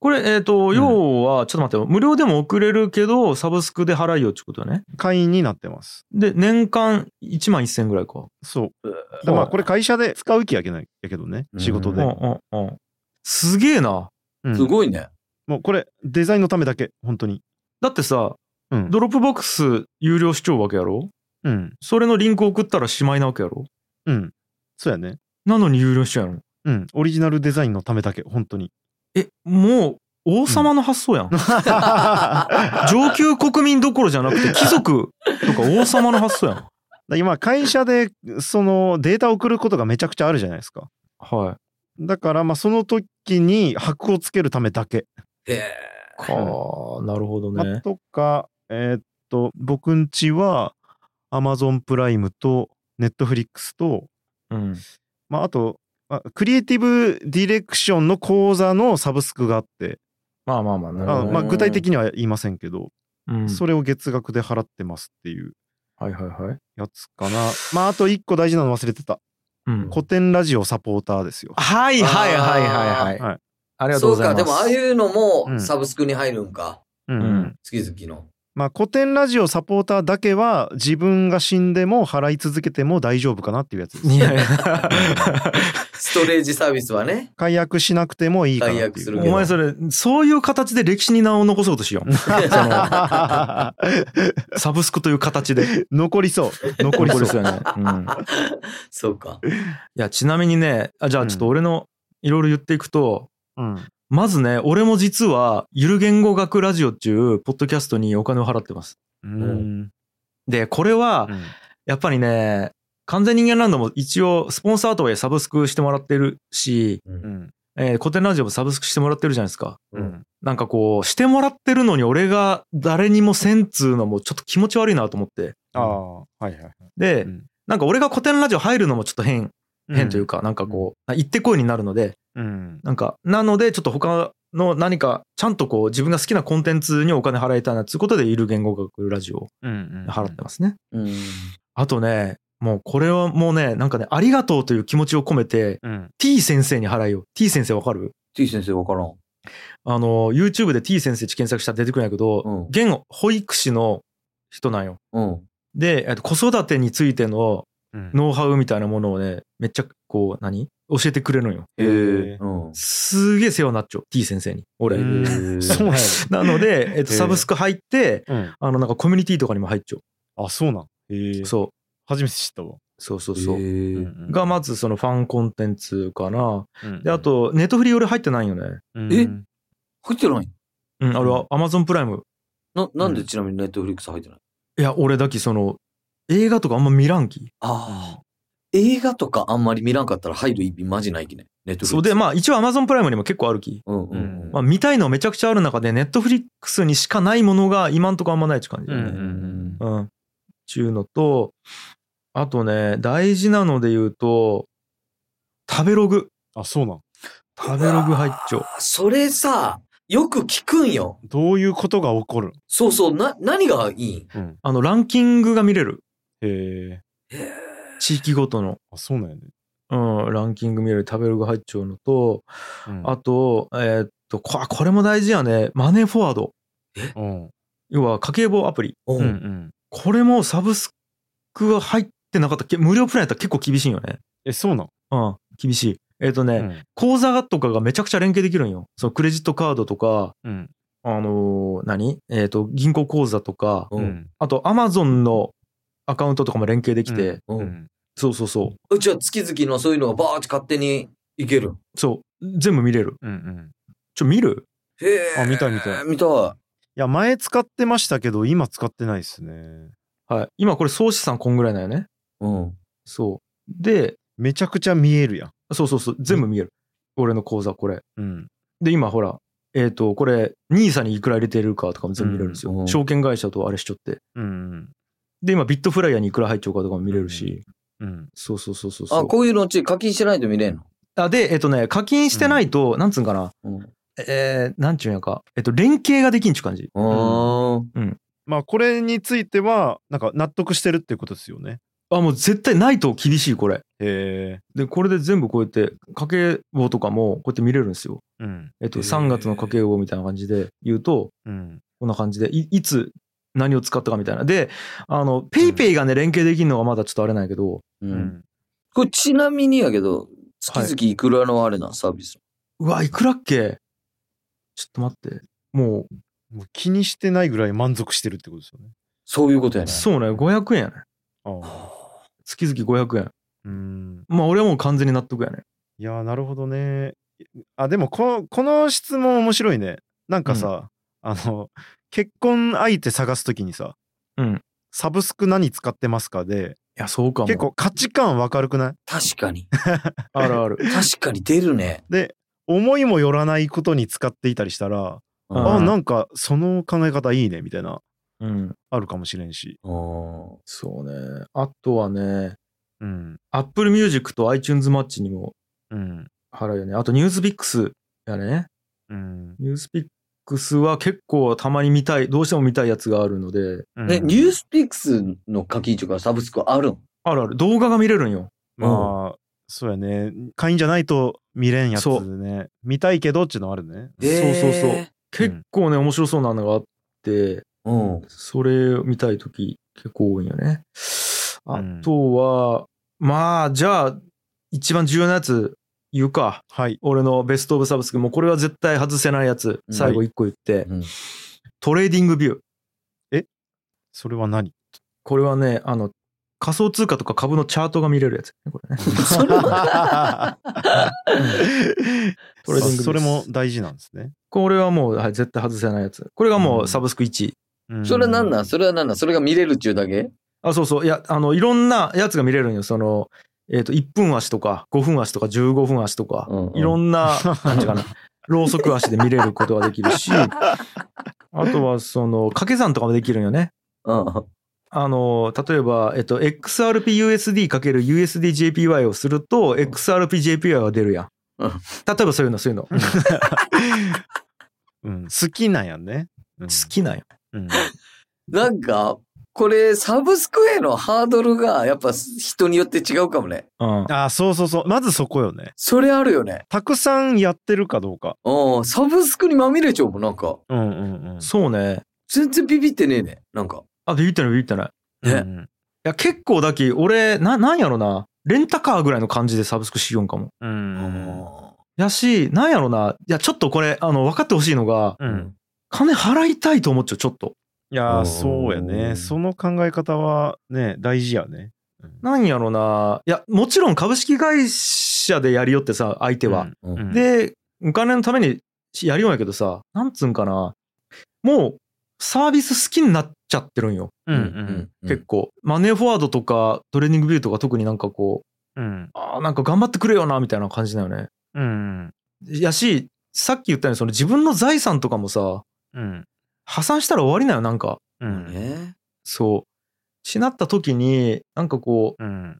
[SPEAKER 1] これ、えっ、と、要は、ちょっと待ってよ、無料でも送れるけど、サブスクで払いよってことだね。
[SPEAKER 2] 会員になってます。
[SPEAKER 1] で、年間1万1000ぐらいか。
[SPEAKER 2] そう。
[SPEAKER 3] う
[SPEAKER 2] だまあ、これ会社で使う気やけないやけどね、
[SPEAKER 3] うん
[SPEAKER 2] 仕事
[SPEAKER 1] うん
[SPEAKER 2] で。
[SPEAKER 1] うんうん。すげえな。
[SPEAKER 2] うん
[SPEAKER 3] すごいね。
[SPEAKER 2] もうこれ、デザインのためだけ、本当に。
[SPEAKER 1] だってさ、
[SPEAKER 2] うん。
[SPEAKER 1] ドロップボックス有料視聴わけやろ
[SPEAKER 2] うん。
[SPEAKER 1] それのリンク送ったらしまいなわけやろ
[SPEAKER 2] うん。そうやね。
[SPEAKER 1] なのに有料視聴やろ
[SPEAKER 2] うん。オリジナルデザインのためだけ、本当に。
[SPEAKER 1] え、もう、王様の発想やん。 上級国民どころじゃなくて、貴族とか王様の発想やん。
[SPEAKER 2] ら今会社でそのデータ送ることがめちゃくちゃあるじゃないですか
[SPEAKER 1] は
[SPEAKER 2] だからまあその時に箔をつけるためだけ、
[SPEAKER 3] へえ。
[SPEAKER 1] い。はあ、なるほど
[SPEAKER 2] まあ
[SPEAKER 1] ね。
[SPEAKER 2] とかえーっと僕んちは Amazon プライムと Netflix と、
[SPEAKER 1] うん。
[SPEAKER 2] まあ、あと、まあクリエイティブディレクションの講座のサブスクがあって、
[SPEAKER 1] まあまあまあ、なるほ
[SPEAKER 2] あ
[SPEAKER 1] どね。
[SPEAKER 2] まあ、具体的には言いませんけど、
[SPEAKER 1] うん、
[SPEAKER 2] それを月額で払ってますっていう
[SPEAKER 1] はいはいはい。
[SPEAKER 2] やつかなまああと一個大事なの忘れてた
[SPEAKER 1] うん
[SPEAKER 2] 古典ラジオサポーターですよ
[SPEAKER 1] はいはいはいはいは
[SPEAKER 2] はいい。
[SPEAKER 1] ありがとう
[SPEAKER 3] そ
[SPEAKER 1] ご
[SPEAKER 3] う
[SPEAKER 1] ざい
[SPEAKER 3] か、
[SPEAKER 1] ます。
[SPEAKER 3] でもああいうの
[SPEAKER 2] う
[SPEAKER 3] も
[SPEAKER 2] ん
[SPEAKER 3] サブスクに入るんか。
[SPEAKER 2] うん、
[SPEAKER 1] うん
[SPEAKER 3] 月々の。
[SPEAKER 2] まあ古典ラジオサポーターだけは自分が死んでも払い続けても大丈夫かなっていうやつです
[SPEAKER 1] いやいや
[SPEAKER 3] ストレージサービスはね。
[SPEAKER 2] 解約しなくてもいいかなって
[SPEAKER 3] 解約
[SPEAKER 2] い
[SPEAKER 3] す
[SPEAKER 2] う
[SPEAKER 3] るけ
[SPEAKER 1] お
[SPEAKER 3] ど
[SPEAKER 1] 前それ、そういう形で歴史に名を残そうとしよ う。サブスクという形 で。
[SPEAKER 2] 残りそう残り
[SPEAKER 1] 残
[SPEAKER 2] そ
[SPEAKER 1] りそ
[SPEAKER 2] う
[SPEAKER 1] うやね。うん。
[SPEAKER 3] そうか。
[SPEAKER 1] いや、ちなみにね、あじゃあちょっと俺のいろいろ言っていくと、
[SPEAKER 2] うん、
[SPEAKER 1] まずね、俺も実は、ゆる言語学ラジオっていう、ポッドキャストにお金を払ってます。
[SPEAKER 2] うん
[SPEAKER 1] で、これは、やっぱりね、完全人間ランドも一応、スポンサーとはいえサブスクしてもらってるし、
[SPEAKER 3] う
[SPEAKER 2] うんん
[SPEAKER 1] えー、古典ラジオもサブスクしてもらってるじゃないですか。
[SPEAKER 2] うん
[SPEAKER 1] なんかこう、してもらってるのに俺が誰にもせんつうのもちょっと気持ち悪いなと思って。
[SPEAKER 2] ああはいはい
[SPEAKER 1] で、
[SPEAKER 2] うん
[SPEAKER 1] なんか俺が古典ラジオ入るのもちょっと変、変というか、なんかこう、行ってこいになるので、
[SPEAKER 2] うん
[SPEAKER 1] なんか、なので、ちょっと他の何か、ちゃんとこう、自分が好きなコンテンツにお金払いたいなということで、いる言語学ラジオを
[SPEAKER 2] うん
[SPEAKER 1] 払ってますね。
[SPEAKER 3] うん。
[SPEAKER 1] あとね、もうこれはもうね、なんかね、ありがとうという気持ちを込めて、
[SPEAKER 2] うん
[SPEAKER 1] T 先生に払いよう。T 先生わかる
[SPEAKER 3] T 先生わからん。
[SPEAKER 1] あの、YouTube で T 先生って検索したら出てくるんやけど、
[SPEAKER 3] うん
[SPEAKER 1] 現保育士の人なんよ。
[SPEAKER 3] うん。
[SPEAKER 1] で、えっと子育てについての
[SPEAKER 2] うん
[SPEAKER 1] ノウハウみたいなものをね、めっちゃこう、何教えてくれるのよ。
[SPEAKER 3] へえ。
[SPEAKER 2] へえ
[SPEAKER 3] うん。
[SPEAKER 1] すげえ世話になっちゃう。T 先生に。俺。
[SPEAKER 2] うん
[SPEAKER 3] へえ
[SPEAKER 2] そうなんや
[SPEAKER 1] なので、えっと、
[SPEAKER 2] へえ
[SPEAKER 1] サブスク入って、
[SPEAKER 2] うん
[SPEAKER 1] あの、なんかコミュニティとかにも入っちゃ
[SPEAKER 2] あそうなんへえ
[SPEAKER 1] う。そ
[SPEAKER 2] 初めて知ったわ
[SPEAKER 1] う。そうそうそう。
[SPEAKER 3] へえ
[SPEAKER 1] が、まずそのファンコンテンツかな。
[SPEAKER 2] うん
[SPEAKER 1] で、あと、ネットフリ俺入ってないよね。
[SPEAKER 2] え
[SPEAKER 3] 入ってない
[SPEAKER 1] うん、あれは Amazon プライム。
[SPEAKER 3] な、なんでちなみにネットフリックス入ってない
[SPEAKER 1] いや、俺だけその、映画とかあんま見らんき。
[SPEAKER 3] ああ。映画とかあんまり見らんかったら入る意味マジないきね。ネットフリックス。
[SPEAKER 1] そうで、まあ一応 Amazon プライムにも結構あるき。
[SPEAKER 3] うんうんうん。
[SPEAKER 1] まあ見たいのめちゃくちゃある中で、ネットフリックスにしかないものが今んとこあんまないって感じだよね。
[SPEAKER 2] ん
[SPEAKER 1] うん。ちゅうのと、あとね、大事なので言うと、食べログ。
[SPEAKER 2] あそうなん
[SPEAKER 1] 食べログ入っちゃう。
[SPEAKER 3] それさ、よく聞くんよ。
[SPEAKER 2] どういうことが起こる
[SPEAKER 3] そうそう、な、何がいいん
[SPEAKER 1] あの、ランキングが見れる。
[SPEAKER 2] へえ
[SPEAKER 1] 地域ごとの。
[SPEAKER 2] あそうなんやね
[SPEAKER 1] うん、ランキング見れる。食べログ入っちゃうのと、
[SPEAKER 2] うん
[SPEAKER 1] あと、えーっと、こあこれも大事やね。マネーフォワード。
[SPEAKER 2] うん
[SPEAKER 1] 要は家計簿アプリ。
[SPEAKER 3] う
[SPEAKER 2] うんう。ん
[SPEAKER 1] これもサブスクが入ってなかった。け無料プランやったら結構厳しいよね。
[SPEAKER 2] えそうなん
[SPEAKER 1] うん、厳しい。えーっ、とね、
[SPEAKER 2] うん
[SPEAKER 1] 口座とかがめちゃくちゃ連携できるんよ。そのクレジットカードとか、
[SPEAKER 2] うん
[SPEAKER 1] あのー何えっ、と、銀行口座とか、
[SPEAKER 3] う。
[SPEAKER 2] うんん
[SPEAKER 1] あと、アマゾンのアカウントとかも連携できて、
[SPEAKER 3] う。
[SPEAKER 2] うんん
[SPEAKER 1] そうそうそう
[SPEAKER 3] ちは月々のそういうのがバーって勝手にいける。
[SPEAKER 1] う、そう、全部見れる。
[SPEAKER 2] うんうん
[SPEAKER 1] ちょ、見る
[SPEAKER 3] へえ。
[SPEAKER 2] あ見たい見たい
[SPEAKER 3] 見たい。
[SPEAKER 2] いや前使ってましたけど今使ってないですね
[SPEAKER 1] はい。今これ、総資産こんぐらいなんよね。
[SPEAKER 3] うん。
[SPEAKER 1] そう。で、
[SPEAKER 2] めちゃくちゃ見えるやん
[SPEAKER 1] そうそうそう、全部見える。俺の口座、これ。
[SPEAKER 2] うん
[SPEAKER 1] で、今、ほら、えっ、と、これ、ニーサにいくら入れてるかとかも全部見れるんですよ。
[SPEAKER 3] うんうん
[SPEAKER 1] 証券会社とあれしちょって。
[SPEAKER 2] うん
[SPEAKER 1] で、今、ビットフライヤーにいくら入っちゃうかとかも見れるし、
[SPEAKER 2] うん
[SPEAKER 1] そうそうそうそうそう。
[SPEAKER 3] あ、こういうのうち課金してないと見れんの
[SPEAKER 1] あで、えっとね、課金してないと、なんつうんかな、
[SPEAKER 3] うん。
[SPEAKER 1] えー、なんちゅうんやか、えっと、連携ができんちゅう感じ。
[SPEAKER 3] あー
[SPEAKER 2] まあこれについてはなんか納得してるっていうことですよね
[SPEAKER 1] あ、もう絶対ないと厳しい、これ。
[SPEAKER 2] へえ
[SPEAKER 1] で、これで全部こうやって、家計簿とかも、こうやって見れるんですよ。
[SPEAKER 2] うん
[SPEAKER 1] えっと、
[SPEAKER 3] へー
[SPEAKER 1] 3月の家計簿みたいな感じで言うと、
[SPEAKER 2] うん
[SPEAKER 1] こんな感じで、いいつ、何を使ったかみたいな。で、あの、ペイペイがね、連携できるのがまだちょっとあれなんやけど、
[SPEAKER 3] う。
[SPEAKER 2] うんん
[SPEAKER 3] これちなみにやけど、月々いくらのあれな、サービス。
[SPEAKER 1] うわ、いくらっけちょっと待って。も
[SPEAKER 2] もう気にしてないぐらい満足してるってことですよね
[SPEAKER 3] そういうことや
[SPEAKER 1] う、
[SPEAKER 3] ね。
[SPEAKER 1] そうね、500円やね。
[SPEAKER 2] ああ
[SPEAKER 1] 月々500円。
[SPEAKER 2] うん
[SPEAKER 1] まあ、俺はもう完全に納得やね。
[SPEAKER 2] いやーなるほどね。あでもここの質問面白いね。なんかさ、あの結婚相手探すときにさ、
[SPEAKER 1] うん
[SPEAKER 2] サブスク何使ってますかで
[SPEAKER 1] や、そうかも。
[SPEAKER 2] 結構価値観わかるくない
[SPEAKER 3] 確かに。
[SPEAKER 1] あるある。
[SPEAKER 3] 確かに出るね。
[SPEAKER 2] で思いもよらないことに使っていたりしたら、
[SPEAKER 1] う
[SPEAKER 2] あ
[SPEAKER 1] ん
[SPEAKER 2] なんかその考え方いいねみたいな
[SPEAKER 1] うん。
[SPEAKER 2] あるかもしれんし、
[SPEAKER 3] うん
[SPEAKER 1] そうね。あとはね、
[SPEAKER 2] うん、
[SPEAKER 1] Apple Music と iTunes マッチにも
[SPEAKER 2] うん、
[SPEAKER 1] 払うよね。あと、ニュースピックスやね。
[SPEAKER 2] うん、
[SPEAKER 1] ニュースピックスは結構たまに見たい、どうしても見たいやつがあるので、
[SPEAKER 2] うん
[SPEAKER 3] え、ニュースピックスの課金とかサブスクあるん
[SPEAKER 1] あるある。動画が見れるんよ。
[SPEAKER 2] まあ、そうやね。会員じゃないと見れんやつ
[SPEAKER 1] そ
[SPEAKER 2] ね。見たいけどっていうのはあるね。
[SPEAKER 1] そうそうそう。結構ね、面白そうなのがあって、
[SPEAKER 3] うん。
[SPEAKER 1] それ見たいとき結構多いんよね。あ
[SPEAKER 2] うん
[SPEAKER 1] とは、まあ、じゃあ、一番重要なやつ言うか。
[SPEAKER 2] はい。
[SPEAKER 1] 俺のベストオブサブスク、もうこれは絶対外せないやつ、
[SPEAKER 3] うん
[SPEAKER 1] 最後一個言って、
[SPEAKER 3] うん
[SPEAKER 1] トレーディングビュー。
[SPEAKER 2] それは何
[SPEAKER 1] これはね、あの、仮想通貨とか株のチャートが見れるやつね、これね。
[SPEAKER 3] それは
[SPEAKER 1] トレーディングです
[SPEAKER 2] それも大事なんですね。
[SPEAKER 1] これはもう、はい、絶対外せないやつ。これがもうサブスク1位。
[SPEAKER 2] うん
[SPEAKER 3] それは何なんそれは何なんそれが見れるっちゅうだけ
[SPEAKER 1] あ、そうそう。いや、あの、いろんなやつが見れるんよ。その、えっ、と、1分足とか、5分足とか、15分足とか、
[SPEAKER 3] うんうん
[SPEAKER 1] いろんな、なんていうかな、ローソク足で見れることができる し、あとは、その、掛け算とかもできるんよね。
[SPEAKER 3] うん。
[SPEAKER 1] あの、例えば、えっと、XRPUSD×USDJPY をすると、XRPJPY が出るやん。
[SPEAKER 3] うん
[SPEAKER 1] 例えばそういうの、そういうの。好
[SPEAKER 2] うん好きなんやね。好
[SPEAKER 1] きなんよ。
[SPEAKER 2] うん。
[SPEAKER 3] なんか、これ、サブスクへのハードルが、やっぱ人によって違うかもね。
[SPEAKER 1] うん。
[SPEAKER 2] あ、そうそうそう。まずそこよね。
[SPEAKER 3] それあるよね。
[SPEAKER 2] たくさんやってるかどうか。
[SPEAKER 3] うん。サブスクにまみれちゃうもん、なんか。
[SPEAKER 2] うんうんうん。
[SPEAKER 1] そうね。
[SPEAKER 3] 全然ビビってねえね。なんか。
[SPEAKER 1] あ、ビビってない、ビビってない。い
[SPEAKER 2] うんう
[SPEAKER 3] ね。
[SPEAKER 2] ん
[SPEAKER 1] や、結構だき、俺、な、なんやろな。レンタカーぐらいの感じでサブスクしようんかも。
[SPEAKER 2] う。
[SPEAKER 3] うん
[SPEAKER 1] やし、なんやろな。いや、ちょっとこれ、あの、分かってほしいのが、
[SPEAKER 2] うん。
[SPEAKER 1] 金払いたいと思っちゃう、ちょっと。
[SPEAKER 2] いや
[SPEAKER 3] う
[SPEAKER 2] ー
[SPEAKER 3] ん
[SPEAKER 2] そうやね。その考え方はね、大事やね。
[SPEAKER 1] なんやろな。いや、もちろん株式会社でやりよってさ、相手
[SPEAKER 2] で
[SPEAKER 1] は。
[SPEAKER 3] うん
[SPEAKER 2] うん
[SPEAKER 1] で、お金のためにやるようんやけどさ、なんつうんかな、もうサービス好きになっちゃってるんよ、
[SPEAKER 2] うんうん
[SPEAKER 1] 結構。マネーフォワードとかトレーニングビューとか特になんかこう、
[SPEAKER 2] うん
[SPEAKER 1] ああ、なんか頑張ってくれよな、みたいな感じだよね。
[SPEAKER 2] うん
[SPEAKER 1] やし、さっき言ったように、その自分の財産とかもさ、
[SPEAKER 2] うん
[SPEAKER 1] 破産したら終わりなよ、なんか。
[SPEAKER 2] う
[SPEAKER 3] うん
[SPEAKER 2] ん
[SPEAKER 3] ね。
[SPEAKER 1] そう。しなった時に、なんかこ
[SPEAKER 2] うん
[SPEAKER 1] う、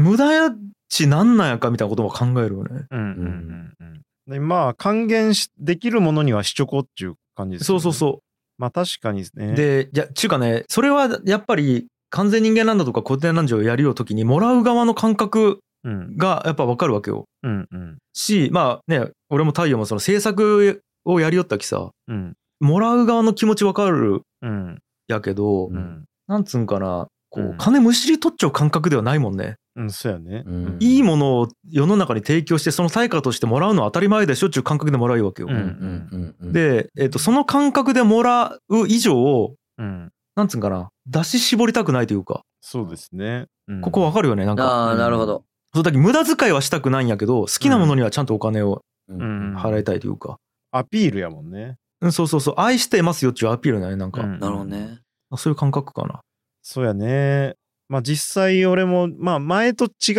[SPEAKER 1] 無駄やちなんなんやかみたいなことも考えるよね。
[SPEAKER 2] うんうんうんうんでまあ還元しできるものにはしちょこっていう感じです
[SPEAKER 1] そうそう
[SPEAKER 2] う
[SPEAKER 1] そう。
[SPEAKER 2] まあ確かにですね
[SPEAKER 1] で、いや、ちゅうかね、それはやっぱり完全人間なんだとか古典なんじゃをやるようときに、もらう側の感覚
[SPEAKER 2] うん
[SPEAKER 1] がやっぱわかるわけよ。
[SPEAKER 2] うんうん
[SPEAKER 1] し、まあね、俺も太陽もその制作をやりよったきさ、
[SPEAKER 2] うん
[SPEAKER 1] もらう側の気持ちわかる
[SPEAKER 2] うん
[SPEAKER 1] やけど、
[SPEAKER 2] うん
[SPEAKER 1] なんつうんかな、こ
[SPEAKER 2] う、
[SPEAKER 1] うん金むしり取っちゃう感覚ではないもんね。
[SPEAKER 2] うんそうやね
[SPEAKER 3] うん
[SPEAKER 1] いいものを世の中に提供して、その対価としてもらうのは当たり前でしょっちゅう感覚でもらうわけよ。
[SPEAKER 2] うん
[SPEAKER 3] うんうん、
[SPEAKER 1] で、えっ、と、その感覚でもらう以上、
[SPEAKER 2] うん
[SPEAKER 1] なんつうんかな、出し絞りたくないというか、
[SPEAKER 2] そうですねうん
[SPEAKER 1] ここわかるよね、なんか。
[SPEAKER 3] ああ、なるほど。
[SPEAKER 1] そうだけ無駄遣いはしたくないんやけど、好きなものにはちゃんとお金を
[SPEAKER 3] うん
[SPEAKER 2] うん
[SPEAKER 1] 払いたいというか。
[SPEAKER 2] アピールやもんね
[SPEAKER 1] うん、そうそうそう。愛してますよっていうアピールだね、なんか。
[SPEAKER 2] うん
[SPEAKER 3] なるほどね。
[SPEAKER 1] そういう感覚かな。
[SPEAKER 2] そうやねまあ実際俺もまあ前と違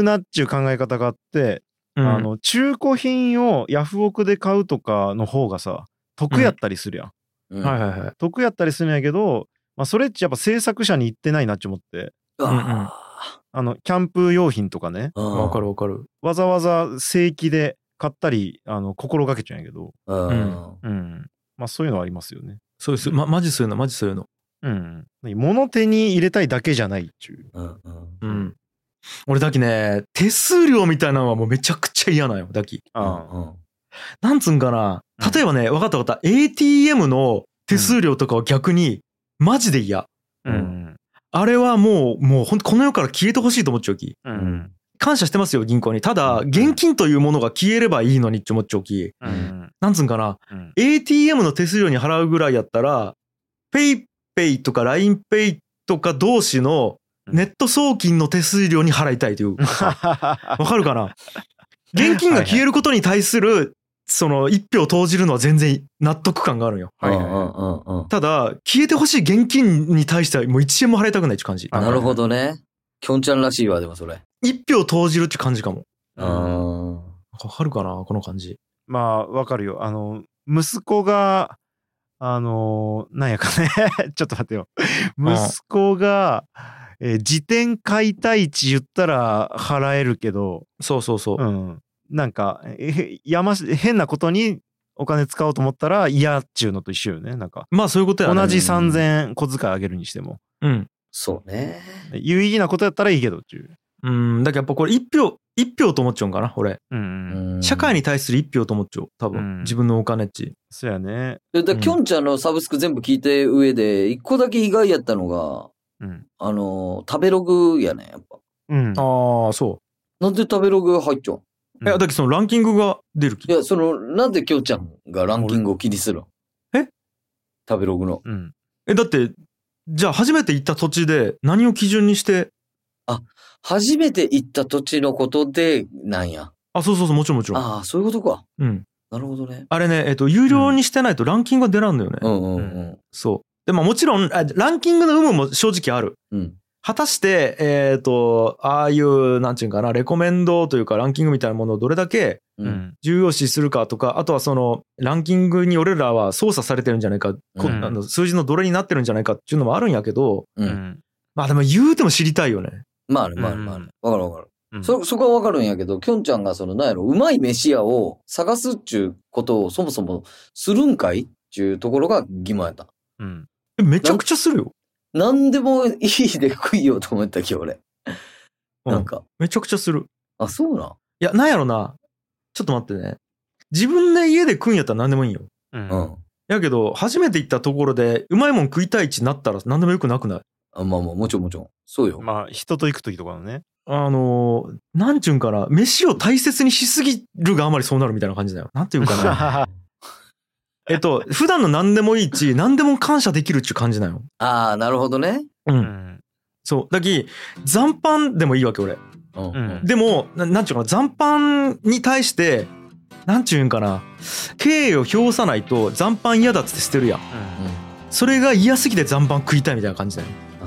[SPEAKER 2] うなっていう考え方があって
[SPEAKER 1] うん、
[SPEAKER 2] あの中古品をヤフオクで買うとかの方がさ得やったりするやん
[SPEAKER 1] はいはいはい。
[SPEAKER 2] 得やったりするんやけど、まあ、それっちやっぱ制作者に行ってないなって思って
[SPEAKER 3] うん
[SPEAKER 1] うん
[SPEAKER 2] あのキャンプ用品とかね
[SPEAKER 1] わか
[SPEAKER 3] る。
[SPEAKER 1] るわかる。
[SPEAKER 2] わざわざ正規で買ったりあの心がけちゃうんやけど、
[SPEAKER 3] うん
[SPEAKER 2] うんまあ、そういうのはありますよね。
[SPEAKER 1] そうです。ま、マジそういうの、マジそういうの。
[SPEAKER 2] うん、物手に入れたいだけじゃないっちゅ
[SPEAKER 3] うん
[SPEAKER 1] う
[SPEAKER 3] うん
[SPEAKER 1] ん。俺だきね、手数料みたいなのはもうめちゃくちゃ嫌なんよ、だき。
[SPEAKER 2] う。あ
[SPEAKER 1] なんつうんかな。
[SPEAKER 2] うん
[SPEAKER 1] 例えばね、わかったわかった。ATM の手数料とかは逆に、マジで嫌。
[SPEAKER 2] あうん
[SPEAKER 1] あれはもう、もうほんとこの世から消えてほしいと思っちゃうき。
[SPEAKER 2] う
[SPEAKER 3] うんん
[SPEAKER 1] 感謝してますよ、銀行に。ただ、
[SPEAKER 2] うん
[SPEAKER 1] 現金というものが消えればいいのにって思っちゃうき。
[SPEAKER 2] うんうん
[SPEAKER 1] なんつうんかな。
[SPEAKER 2] うん
[SPEAKER 1] ATM の手数料に払うぐらいやったら、PayPay とか LINEPay とか同士のネット送金の手数料に払いたいと いう。わかるかな現金が消えることに対する、その一票を投じるのは全然納得感があるんよ。
[SPEAKER 2] はいはい
[SPEAKER 3] うんうんうん
[SPEAKER 1] ただ、消えてほしい現金に対してはもう1円も払いたくないって感じ。
[SPEAKER 2] あ
[SPEAKER 3] なるほどね。きょんちゃんらしいわ、でもそれ。
[SPEAKER 1] 一票投じるって感じかも。
[SPEAKER 3] うん。
[SPEAKER 1] わかるかなこの感じ。
[SPEAKER 2] まあわかるよあの息子があのなんやかね ちょっと待ってよ
[SPEAKER 1] ん
[SPEAKER 2] 息子が、えー自転解体値言ったら払えるけど、
[SPEAKER 1] そうそうそう。
[SPEAKER 2] うん、なんかえやまし変なことにお金使おうと思ったら嫌っちゅうのと一緒よねなんか
[SPEAKER 1] まあそういうことやね。
[SPEAKER 2] 同じ
[SPEAKER 3] うん
[SPEAKER 2] 3,000小遣いあげるにしても
[SPEAKER 1] うん。
[SPEAKER 3] そうね。
[SPEAKER 2] 有意義なことやったらいいけどっていう、
[SPEAKER 1] うん。だけどやっぱこれ一票、一票と思っちゃうんかな俺。
[SPEAKER 2] うんうん、
[SPEAKER 3] うん
[SPEAKER 1] 社会に対する一票と思っちゃう。多分。
[SPEAKER 2] うん
[SPEAKER 1] 自分のお金っち。
[SPEAKER 2] そうやね、
[SPEAKER 3] でだからきょんちゃんのサブスク全部聞いて上で、一個だけ意外やったのが、
[SPEAKER 2] うん
[SPEAKER 3] あの、食べログやね、やっぱ。
[SPEAKER 2] うん、
[SPEAKER 1] ああ、そ
[SPEAKER 3] なんで食べログ入っちゃう
[SPEAKER 1] う。いや、だけどそのランキングが出る
[SPEAKER 3] い
[SPEAKER 1] 気。
[SPEAKER 3] や、その、なんできょんちゃんがランキングを気にするの
[SPEAKER 1] え
[SPEAKER 3] 食べログの。
[SPEAKER 2] うん
[SPEAKER 1] え、だって、じゃあ初めて行った土地で何を基準にして、
[SPEAKER 3] 初めて行った土地のことで、なんや。
[SPEAKER 1] あ、そうそうそう、もちろんもちろん。
[SPEAKER 3] ああ、そういうことか。
[SPEAKER 1] うん。
[SPEAKER 3] なるほどね。
[SPEAKER 1] あれね、えっと、有料にしてないとランキングが出らんのよね。
[SPEAKER 3] うんうんうん。
[SPEAKER 1] そう。で、まあもちろん、あランキングの有無も正直ある。
[SPEAKER 3] うん。
[SPEAKER 1] 果たして、えっ、と、ああいう、なんていうんかな、レコメンドというか、ランキングみたいなものをどれだけ
[SPEAKER 3] う。
[SPEAKER 2] うんん
[SPEAKER 1] 重要視するかとか、あとはその、ランキングに俺らは操作されてるんじゃないか、こ
[SPEAKER 3] うん
[SPEAKER 1] あの数字のどれになってるんじゃないかっていうのもあるんやけど、
[SPEAKER 3] う。
[SPEAKER 2] うんん
[SPEAKER 1] まあでも言うても知りたいよね。
[SPEAKER 3] まあね、まあね、まあ
[SPEAKER 2] う
[SPEAKER 3] ね
[SPEAKER 2] ん。
[SPEAKER 3] わかるわかる。
[SPEAKER 2] うん
[SPEAKER 3] そ、そこはわかるんやけど、きょんちゃんがその、なんやろ、うまい飯屋を探すっちゅうことをそもそもするんかいっちゅうところが疑問やった。
[SPEAKER 2] うん
[SPEAKER 1] えめちゃくちゃするよ。
[SPEAKER 3] なんでもいいで食いようと思ったっけ、俺。
[SPEAKER 1] うん
[SPEAKER 3] なんか、
[SPEAKER 1] めちゃくちゃする。
[SPEAKER 3] あ、そうなん。
[SPEAKER 1] いや、なんやろな。ちょっと待ってね。自分で家で食うんやったら何でもいいよ。
[SPEAKER 2] うん
[SPEAKER 3] うん。
[SPEAKER 1] やけど、初めて行ったところで、うまいもん食いたいちになったら何でもよくなくない
[SPEAKER 3] あまあまあ、もちろんもちろん。そうよ。
[SPEAKER 2] まあ人と行く時とかのね
[SPEAKER 1] あのー、なんちゅうんかな、飯を大切にしすぎるがあまりそうなるみたいな感じだよ。なんていうか な。えっと、普段の何でもいいち、何でも感謝できるっちゅう感じなよ。
[SPEAKER 3] ああ、なるほどね。
[SPEAKER 1] う。
[SPEAKER 2] うんん
[SPEAKER 1] そう。だき、残飯でもいいわけ、俺。
[SPEAKER 3] うん。う
[SPEAKER 2] うんん
[SPEAKER 1] でも、ななんちゅうかな、残飯に対して、なんちゅうんかな、敬意を表さないと残飯嫌だっつって捨てるやん。それが嫌すぎて残飯食いたいみたいな感じだよ。
[SPEAKER 3] あ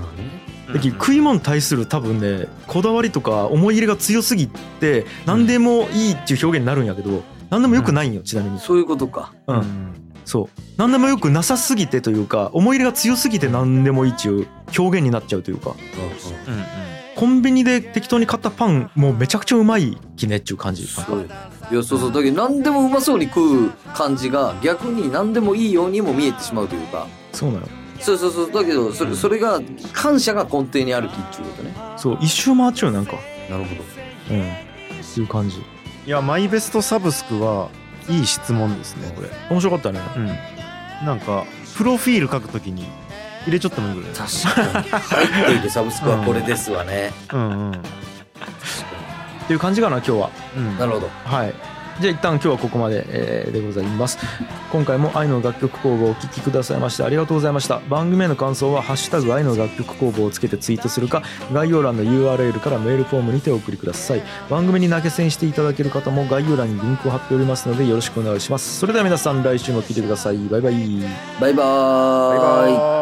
[SPEAKER 3] ね
[SPEAKER 1] だけど食い物に対する多分ねこだわりとか思い入れが強すぎて何でもいいっていう表現になるんやけど何でもよくないんよちなみに
[SPEAKER 3] そういうことか。
[SPEAKER 1] う
[SPEAKER 2] うんん
[SPEAKER 1] そう何でもよくなさすぎてというか思い入れが強すぎて何でもいいっていう表現になっちゃうというか
[SPEAKER 3] う
[SPEAKER 2] うんうん
[SPEAKER 1] コンビニで適当に買ったパンもうめちゃくちゃうまいきねっていう感
[SPEAKER 3] ん。
[SPEAKER 1] じ
[SPEAKER 3] すごいよね。いや、そうそう。だけど、何でもうまそうに食う感じが、逆に何でもいいようにも見えてしまうというか。
[SPEAKER 1] そうなの
[SPEAKER 3] そうそうそう。だけど、それそれが、感謝が根底にあるきっていうことね。
[SPEAKER 1] そう一周回っちゃうよなんか
[SPEAKER 3] なるほど。
[SPEAKER 1] うんっていう感じ
[SPEAKER 2] いやマイベストサブスクはいい質問ですねこれ
[SPEAKER 1] 面白かったね
[SPEAKER 2] うんなんかプロフィール書くときに入れちゃってもいい ぐらい
[SPEAKER 3] 確かに。入っているサブスクはこれですわ ね。
[SPEAKER 2] うんうん
[SPEAKER 1] っていう感じかな今日は
[SPEAKER 2] うん
[SPEAKER 3] なるほど。
[SPEAKER 1] はい。じゃあ一旦今日はここまで、えーでございます。今回も愛の楽曲工房をお聴きくださいましてありがとうございました。番組への感想は「ハッシュタグ愛の楽曲工房」をつけてツイートするか概要欄の URL からメールフォームにてお送りください。番組に投げ銭していただける方も概要欄にリンクを貼っておりますのでよろしくお願いします。それでは皆さん来週も聴いてください。バイバイ。
[SPEAKER 3] バイバーイ。
[SPEAKER 2] バイ